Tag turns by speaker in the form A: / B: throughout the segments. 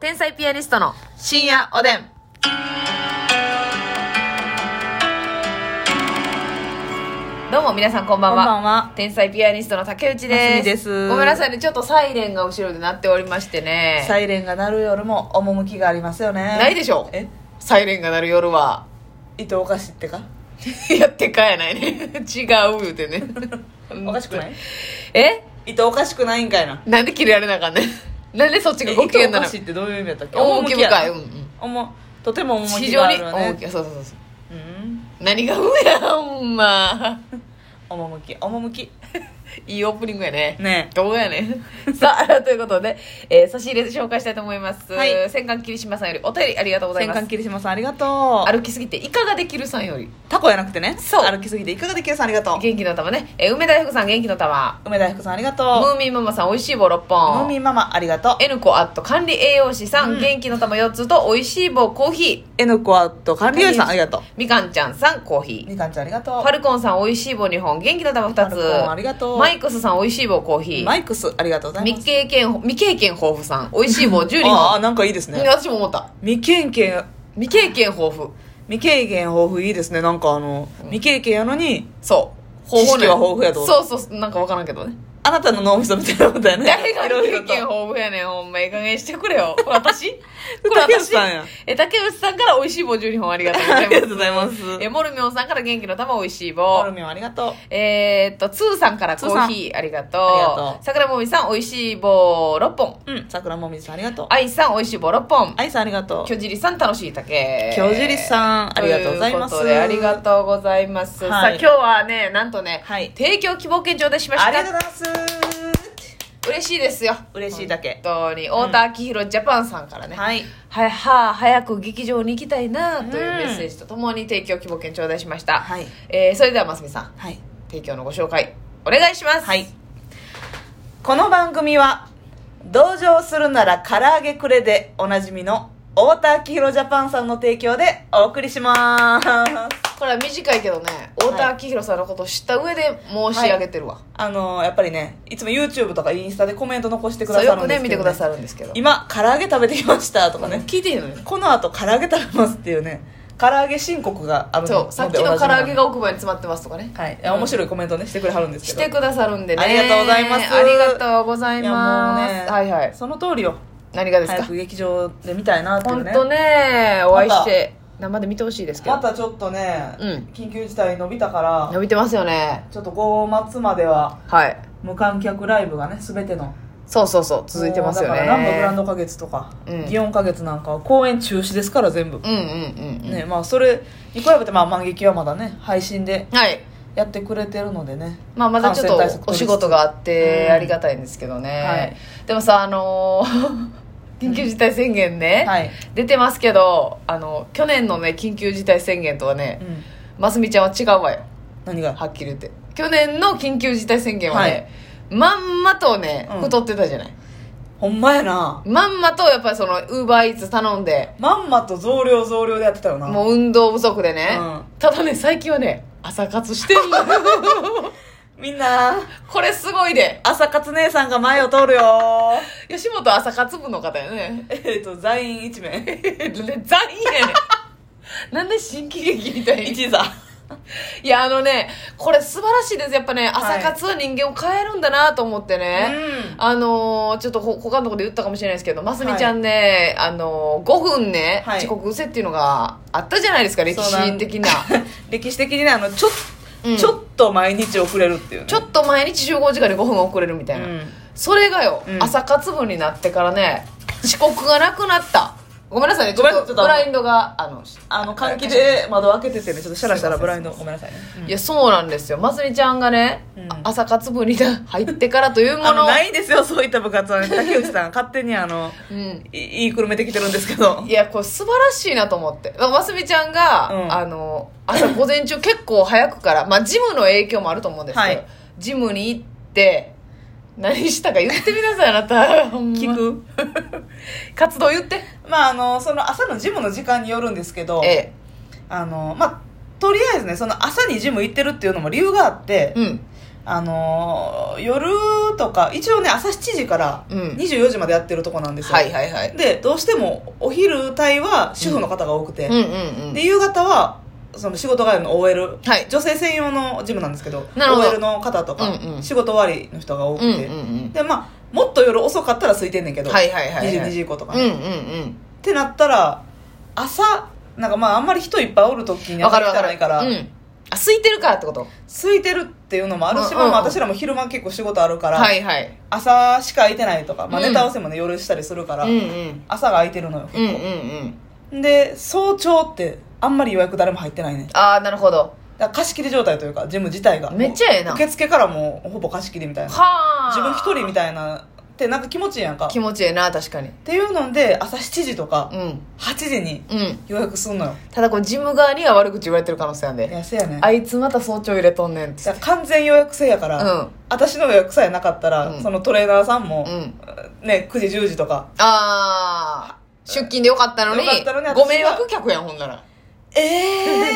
A: 天才ピアニストの
B: 深夜おでん。
A: どうも皆さんこんばん
B: こん
A: は
B: ばんは。
A: 天才ピアニストの竹内
B: ます
A: です
B: みです
A: ごめんなさいねちょっとサイレンが後ろで鳴っておりましてね
B: サイレンが鳴る夜も趣がありますよね。
A: ないでしょ
B: え
A: サイレンが鳴る夜 は
B: 糸おかしいってか
A: やってかやないね違う言うてね
B: おかしくない
A: え
B: 糸おかしくないんかいな。
A: なんで切れられなあかんねんなんでそっちが
B: え
A: ご機嫌
B: 糸
A: な
B: おか
A: の
B: しいってどういう意味だったっけ
A: 趣
B: や
A: 深い、
B: な
A: うんうん、
B: おも、とても
A: 非
B: 趣が
A: 常
B: あ
A: に
B: るわね。
A: 趣そうそうそうそう
B: うん。
A: 何が「うん」やほんま
B: 趣、趣。
A: いいオープニングやね
B: ね
A: どうやね んさあということで、えー差し入れで紹介したいと思います、
B: はい
A: 戦艦霧島さんよりお便りありがとうござい
B: 戦
A: ます
B: 艦霧島さんありがとう。
A: 歩きすぎていかができるさんより
B: タコやなくてね。
A: そう
B: 歩きすぎていかができるさんありがとう。
A: 元気の玉ね、えー梅田福さん元気の玉
B: 梅田福さんありが
A: ム
B: と
A: ーミンママさんおいしい棒6
B: う。ムー
A: 本
B: ミンママありがとう。
A: N 子アット管理栄養士さん、元気の玉4つとおいしい棒コーヒー
B: N コアと管理員さんありがとう。
A: みかんちゃんさんコーヒー
B: みかんちゃんありが
A: フ
B: と
A: ァルコンさんおいしい棒2本元気の玉2
B: フ
A: つ
B: ァルコンありがとう
A: マイクスさんおいしい棒コーヒ
B: う。
A: ー
B: マイクスありがとうございま
A: 未
B: す。
A: 経験未経験豊富さんおいしい棒12
B: ああ、
A: 本
B: なんかいいですね。
A: 私も思った
B: 未経験
A: 未経験豊富
B: 未経験豊富いいですねなんかあの、未経験やのに
A: そう
B: 知識は豊富やと
A: そうそうそうなんか分からんけどね
B: あなたの脳みそみたいなことやね
A: 誰が
B: いろい
A: 未
B: ろ
A: 経
B: と
A: 験豊富やねんほんまいい加減してくれ よこれ私これ
B: 竹内
A: 私
B: さんや
A: え竹内さんからおいしい棒12本あり がとうございま
B: あ
A: す
B: りがとうございます
A: えモルミョンさんから元気の玉おいしい
B: モ
A: 棒
B: ルミンありがとう
A: えー、っとツーさんからコーヒーありがとう
B: ありがとう
A: 桜もみさんおいしい棒6本
B: うん桜もみじさんありがとう
A: 愛さんおいしい棒6本
B: あいさんありがとう
A: 京尻さん楽しい竹
B: 京尻さんありがとうございます
A: とうことでありがとうございます、
B: はい
A: さあ今日はねなんとね、
B: はい
A: 提供希望券頂戴しま
B: あ
A: し
B: りがとう
A: た
B: ございます
A: 嬉しいですよ
B: 嬉しいだけ
A: 本当に太田昭弘ジャパンさんからね、は
B: はい
A: はは早く劇場に行きたいなというメッセージとともに提供希望券頂戴しました、
B: はい
A: えーそれではますみさん
B: はい
A: 提供のご紹介お願いします
B: はいこの番組は同情するなら唐揚げくれでおなじみの太田明宏ジャパンさんの提供でお送りします
A: これは短いけどね太田昭弘さんのことを知った上で申し上げてるわ、
B: あのやっぱりねいつも YouTube とかインスタでコメント残してくだ
A: そう
B: さ
A: よ
B: る
A: く
B: んで
A: ね
B: す
A: 見て
B: けど、
A: く
B: ね
A: ださるんですけど
B: 今唐揚げ食べてきましたとかね
A: 聞いてへんのよ
B: この後唐揚げ食べますっていうね唐揚げ申告がある
A: そうさっきの唐揚げ
B: が
A: が奥歯に詰まってますとかね
B: はいいや面白いコメントねしてくれはるんです
A: し
B: けど
A: てくださるんでね
B: ありがとうございます
A: ありがとうござい
B: や
A: ます
B: もうね
A: はいはい
B: その通りよ
A: 何がです
B: 早
A: か
B: く劇場で見たいなっていう
A: 本
B: ね
A: 当ねお会いして生で見てほしいですけ
B: ま
A: ど
B: たちょっとね、
A: うん
B: 緊急事態伸びたから
A: 伸びてますよね
B: ちょっと5末までは
A: はい
B: 無観客ライブがね全ての
A: そうそうそう続いてますよ
B: も
A: ね
B: うだから南部グランド花月とか
A: うん
B: 祇園花月なんかは公演中止ですから全部
A: うんうんうんうん
B: ねまあそれに比べてまあ満劇はまだね配信で
A: はい
B: やってくれてるのでね
A: まあ、まだちょ
B: 感染対
A: っ
B: 策
A: とお
B: 取りつ
A: 仕
B: つ
A: 事があって
B: うん
A: ありがたいんですけどね、でもさあのー 緊急事態宣言ね、
B: はい、
A: 出てますけどあの去年のね緊急事態宣言とはね
B: うん、
A: ますみちゃんは違うわよ
B: 何が
A: はっきり言って去年の緊急事態宣言はね、まんまとね
B: うん
A: 太ってたじゃない、
B: ほんまやな
A: まんまとやっぱりそのウーバーイーツ頼んで
B: まんまと増量増量でやってたよな
A: もう運動不足でね、
B: うん
A: ただね最近はね朝活してんの
B: みんな
A: これすごいで
B: 朝活姉さんが前を通るよ
A: 吉本朝活部の方やね
B: えっと在員1名
A: 残念やねなんで新喜劇みたいに
B: 1座
A: いやあのねこれ素晴らしいですやっぱね朝活は人間を変えるんだなと思ってね、
B: う
A: あのーちょっとほ他のとこで言ったかもしれないですけどますみちゃんね、あのー、5分ね、
B: はい
A: 遅刻うせっていうのがあったじゃないですか歴史的な
B: 歴史的にねあのちょ,、
A: うん
B: ちょっと毎日遅れるっていう、ね、
A: ちょっと毎日集合時間で5分遅れるみたいな、
B: うん
A: それがよ、
B: うん
A: 朝活分になってからね遅刻がなくなったごめんなさいねちょ
B: ごめん
A: っ
B: なさ
A: と
B: い
A: ブラインドがあの
B: あの換気で窓開けててねちょっとシャラシャラブラインドごめんなさいね、
A: いやそうなんですよますみちゃんがね、
B: うん
A: あ朝活分に入ってからというも
B: あ
A: の
B: のないんですよそういった部活はね竹内さんが勝手にあの
A: うん、
B: いいいくるめてきてるんですけど
A: いやこれ素晴らしいなと思ってだからますみちゃんが、
B: うん
A: あの朝午前中結構早くから、まあ、ジムの影響もあると思うんですけど、
B: はい
A: ジムに行って何したか言ってみなさいあなたほんま
B: 聞く
A: 活動言って
B: まああのその朝のジムの時間によるんですけど、
A: え
B: あのまあとりあえずねその朝にジム行ってるっていうのも理由があって、
A: えうん
B: あのー夜とか一応ね朝7時から
A: うん
B: 24時までやってるとこなんですよ、
A: はいはいはい
B: でどうしてもお昼帯は主婦の方が多くて、
A: うんうんうん
B: で夕方はその仕事帰りの OL、
A: はい
B: 女性専用のジムなんですけど
A: なるほど
B: OL の方とか、
A: うんうん
B: 仕事終わりの人が多く
A: うんうん
B: て、
A: うん
B: でまあもっと夜遅かったら空いてんねんけど、
A: はいはいはいは
B: 22
A: い
B: 時以降とか
A: う
B: ね、
A: んうん
B: っ
A: うん
B: てなったら朝なんかまああんまり人いっぱいおる時に
A: わかる
B: 朝
A: わ
B: 来た
A: からる
B: ないから
A: うん、あ空いてるからってこと
B: 空いてるっていうのもあるし、
A: うんうんうん
B: まあ、私らも昼間結構仕事あるから、
A: はいはい
B: 朝しか空いてないとか、まあ、
A: うん
B: ネタ合わせもね、夜したりするから、
A: うんうん
B: 朝が空いてるのよ、
A: うんうんうん
B: で早朝ってあんまり予約誰も入ってないね
A: ああなるほど
B: だから貸し切り状態というかジム自体が
A: めっちゃええな
B: 受付からもうほぼ貸し切りみたいな
A: はあ
B: 自分一人みたいなってなんか気持ちいいやんかっ
A: 気持ちええな確かに
B: ていうので朝7時とか
A: うん
B: 8時に
A: うん
B: 予約すんのよ
A: ただこうジム側には悪口言われてる可能性なん
B: い
A: で
B: やせやねん
A: あいつまた早朝入れとんねんって
B: だから完全予約制やから、
A: うん
B: 私の予約さえなかったら、
A: うん
B: そのトレーナーさんも
A: う、ん
B: ね9時10時とか
A: ああ出勤でよかったのに
B: よかったのに私は
A: ご迷惑客やんほんなら
B: ええ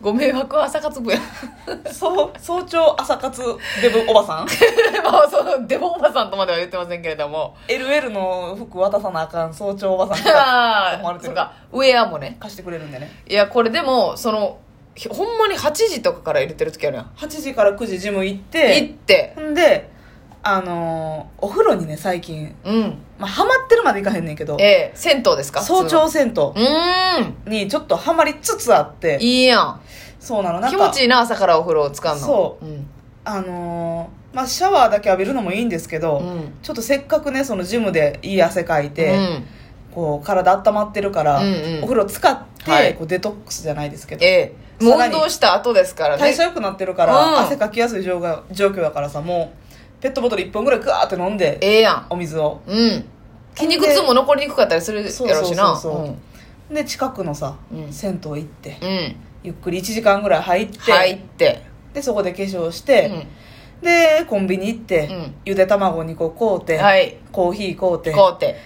A: ご迷惑は朝活部やん
B: ー、 そう早朝朝活デブおばさん
A: まあそのデボおばさんとまでは言ってませんけれど も
B: LL の服渡さなあかん早朝おばさんが
A: あ
B: 思われ
A: あ
B: て
A: そう
B: る
A: かウェアもね
B: 貸してくれるんでね
A: いやこれでもそのひほんまに8時とかから入れてる時あるやん
B: 8時から9時ジム行って
A: 行って
B: ほんであのーお風呂にね最近、
A: うん
B: まあ、ハマってるまでいかへんねんけど
A: ええ銭湯ですか
B: 早朝銭
A: 普通のうーん
B: 湯にちょっとハマりつつあって
A: いいやん
B: そうなのなん
A: 気
B: か
A: 持ちいいな朝からお風呂を使うの
B: そう、
A: ん
B: あのーまあ、シャワーだけ浴びるのもいいんですけど、
A: うん
B: ちょっとせっかくねそのジムでいい汗かいて、
A: うん、
B: こう体温まってるから、
A: うんうん
B: お風呂使って、
A: はい
B: こうデトックスじゃないですけど
A: ええもう
B: さら
A: 運
B: に
A: 動した後ですからね
B: 代謝良くなってるから、
A: うん
B: 汗かきやすい状況状況だからさもうペットボトル1本ぐらいガーって飲んで
A: ええやん
B: お水を
A: うん筋肉痛も残りにくかったりするやろう
B: そうそう
A: しな
B: そうそうで近くのさ、
A: うん
B: 銭湯行って
A: うん、うん、
B: ゆっくり1時間ぐらい入って、
A: 入って
B: でそこで化粧し
A: う
B: て、
A: ん
B: でコンビに行って、
A: うん
B: ゆで卵2個買うて、
A: はい
B: コーヒー買うて
A: こうて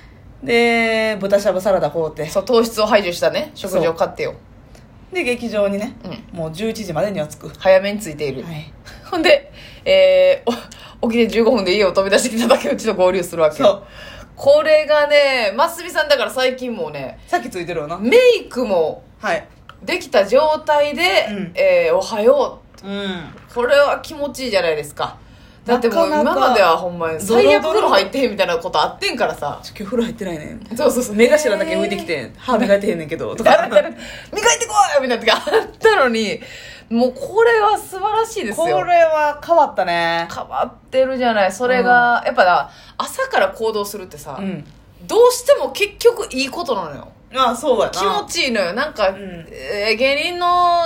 B: で豚しゃぶサラダ買うて
A: そう糖質を排除したね食事を買ってよ
B: で劇場にね、
A: うん
B: もう11時までには着く、は
A: 早めについている、
B: い、
A: ほんで、えー、お起きて15分で家を飛び出してきただけうちと合流するわけ
B: そう
A: よこれがねますみさんだから最近もうね
B: さっきついてるよな
A: メイクも
B: はい
A: できた状態で「
B: うん
A: えーおはよ
B: うん
A: う」これは気持ちいいじゃないですかだってもう
B: なかな
A: 今
B: か
A: まではほんまに
B: ドロドロ
A: 最悪風呂入ってへんみたいなことあってんからさ
B: ちょ今日風呂入ってないね
A: そうそうそう
B: 目頭だけ浮いてきてん歯磨いてへんねんけど と
A: 誰
B: か
A: 々磨いてこいみたいな時があったのにもうこれは素晴らしいですよ
B: これは変わったね
A: 変わってるじゃないそれが、やっぱな朝から行動するってさ、
B: うん
A: どうしても結局いいことなのよ
B: あそうやな
A: 気持ちいいのよなんか、
B: ん
A: えー芸人の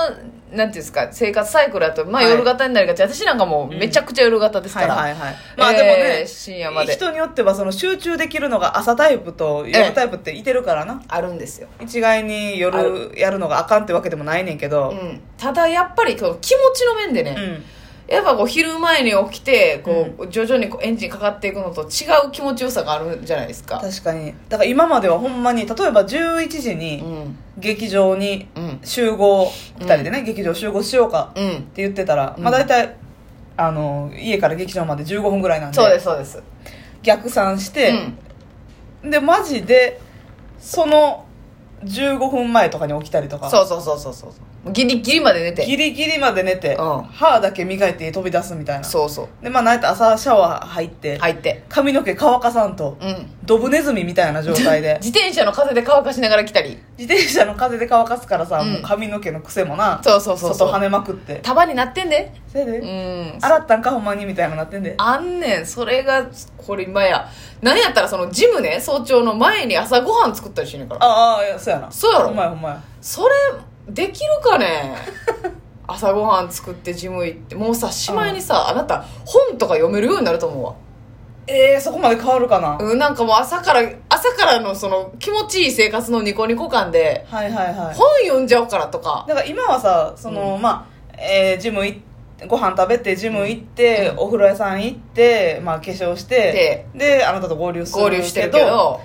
A: なんていうんですか生活サイクルだと、まあ、
B: はい
A: 夜型になりがち、私なんかもうめちゃくちゃ夜型です
B: は
A: か
B: い
A: ら、
B: はいはい
A: ま
B: ま
A: あ
B: あ
A: で
B: で
A: も
B: も
A: ね、
B: ね
A: 深夜まで
B: 人によってはその集中できるのが朝タイプと夜タイプっていてるからな、
A: あるんですよ、
B: 一概に
A: あ
B: 夜やるのがあかんってわけでもないねんけ
A: う
B: ど
A: ん、ただやっぱりこう気持ちの面で
B: う
A: ね、
B: ん
A: やっぱこう昼前に起きてこう、徐々にこうエンジンかかっていくのと違う気持ちよさがあるんじゃないですか
B: 確かにだから今まではほんまに例えば11時
A: う
B: に
A: ん
B: 劇場に
A: うん
B: 集合2人でね、劇場集合しようか
A: うん、
B: って言ってたら、まあ大体あの家から劇場まで15分ぐらいなんで
A: そうですそうです、
B: 逆算し
A: う
B: て
A: ん、
B: でマジでその15分前とかに起きたりとか
A: そうそうそうそうそうギリギリまで寝て
B: ギリギリまで寝て、
A: うん
B: 歯だけ磨いて飛び出すみたいな
A: そうそう
B: でまあなんやったら朝シャワー入って、
A: 入って
B: 髪の毛乾かさんと、
A: うん
B: ドブネズミみたいな状態で
A: 自転車の風で乾かしながら来たり
B: 自転車の風で乾かすからさ、
A: うん
B: もう髪の毛の癖もな
A: そうそうそうそう
B: 外跳ねまくって
A: 束になってんで
B: せやで、
A: うん
B: 洗ったんかほんまにみたいななってんで
A: あんねんそれがこれ今やなんやったらそのジムね早朝の前に朝ごはん作ったりしねんから
B: ああいやそうやな
A: そうやろ
B: ほんまやほんまや
A: それできるか ね朝ごはん作ってジム行ってもうさしまいにさあなた本とか読めるようになると思うわ
B: えー、そこまで変わるかな、
A: うんなんかもう朝から朝からのその気持ちいい生活のニコニコ感で
B: はいはいは
A: 本
B: い
A: 読んじゃおうからとか
B: だから今はさその、
A: う
B: まあ、えージム行ってご飯食べてジム行って、お風呂屋さん行って、まあ、化粧してであなたと合流する
A: 合流してるけど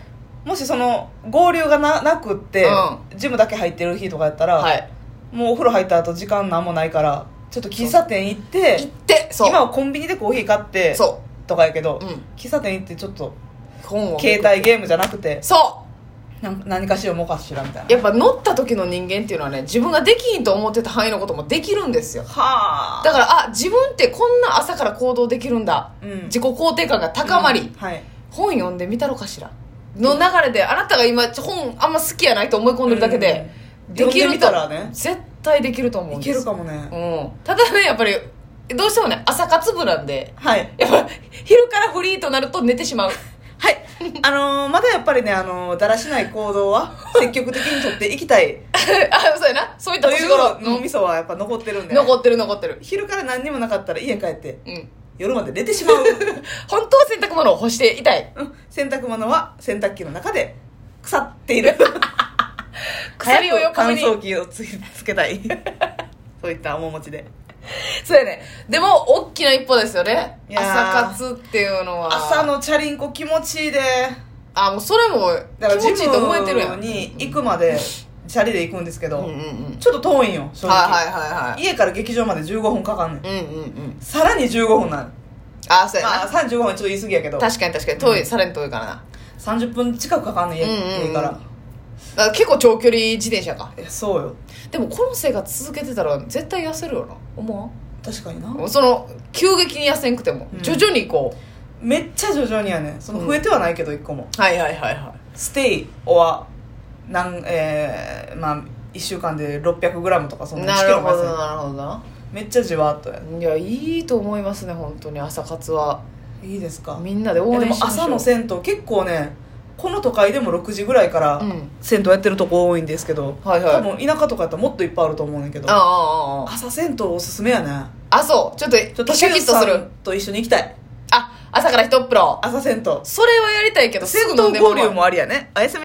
B: もしその合流がななくって、
A: う
B: ジムだけ入ってる日とかやったら、
A: はい
B: もうお風呂入った後時間なんもないからちょっと喫茶店行って
A: 行ってそう
B: 今はコンビニでコーヒー買って
A: そ
B: とかやけど、
A: ううん
B: 喫茶店行ってちょっと
A: 本を
B: 携帯ゲームじゃなくて
A: そ
B: なん何かしらもかしらみたいうな
A: やっぱ乗った時の人間っていうのはね自分ができんと思ってた範囲のこともできるんですよ
B: はあ
A: だからあ自分ってこんな朝から行動できるんだ、
B: うん
A: 自己肯定感が高まり、
B: うんはい
A: 本読んでみたろかしらの流れであなたが今本あんま好きやないと思い込んでるだけで、
B: うん
A: でき
B: 読んで
A: る
B: み
A: と
B: たらね
A: 絶対できると思うん
B: い
A: です
B: けるかもね、
A: うん、ただねやっぱりどうしてもね朝活部なんで
B: はい
A: やっぱ昼からフリーとなると寝てしまう
B: はいあのーまだやっぱりね、あのーだらしない行動は 積極的にとっていきたい
A: あそうやなそういった
B: と
A: 年
B: いう
A: 頃
B: 脳みそはやっぱ残ってるんで、
A: 残ってる残ってる
B: 昼から何にもなかったら家帰って
A: うん
B: 夜まで寝てしまう、
A: 本当は洗濯物を干していたい
B: うん、洗濯物は洗濯機の中で腐ってい る
A: 鎖を
B: 早く
A: 横
B: 乾
A: 目に
B: 燥機をつつけ たいそういった面持ちで
A: そうやねでも大きな一歩ですよね
B: いやー
A: 朝活っていうのは
B: 朝のチャリンコ気持ちいいで
A: あもうそれも
B: だから
A: 気
B: ジ
A: 持ちいいと思えてるや
B: ム
A: ん
B: に行くまでチャリで行くんですけ
A: う
B: ど、
A: んうんうん
B: ちょっと遠いんよ正直、
A: はいはいはいはい
B: 家から劇場まで15分かかんねん
A: うんうんうん
B: さらに15分なの
A: ああそうやな、
B: まあ35分はちょっと言い過ぎやけど
A: 確かに確かに遠い、
B: うん
A: さらに遠いからな
B: 30分近くかかんねん家,、
A: うんうんうん
B: から
A: だから結構長距離自転車か
B: えそうよ
A: でもこの生活続けてたら絶対痩せるよな思
B: 確かにな
A: わんその急激に痩せんくても、
B: うん
A: 徐々にこ
B: めっちゃ徐々にやねんその増えてはないけど1個も、
A: うはいはいはいは
B: ステイ or なん、えーまあ、1週間で 600g とかそん
A: な
B: な1キ
A: る
B: ロ
A: ほ
B: も痩せ
A: ど
B: る
A: なるほどな
B: めっちゃじわっとやる
A: いやいいと思いますね本当に朝活はい
B: いですか
A: みんなで応
B: いやで
A: 援
B: も
A: しましょう
B: 朝の銭湯結構ねこの都会でも6時ぐらいから
A: うん
B: 銭湯やってるとこ多いんですけど、
A: はいはい
B: 多分田舎とかやったらもっといっぱいあると思うねんだけ
A: ああ
B: ど
A: ああああ
B: 朝銭湯おすすめやね
A: あそうちょっと
B: ちょっと
A: シャキッとす
B: 竹内
A: る
B: さんと一緒に行きたい
A: あ朝から一風呂
B: 朝銭湯
A: それはやりたいけどす
B: 銭
A: ぐ飲ん
B: 湯
A: でも
B: 交流もありやねおやすみ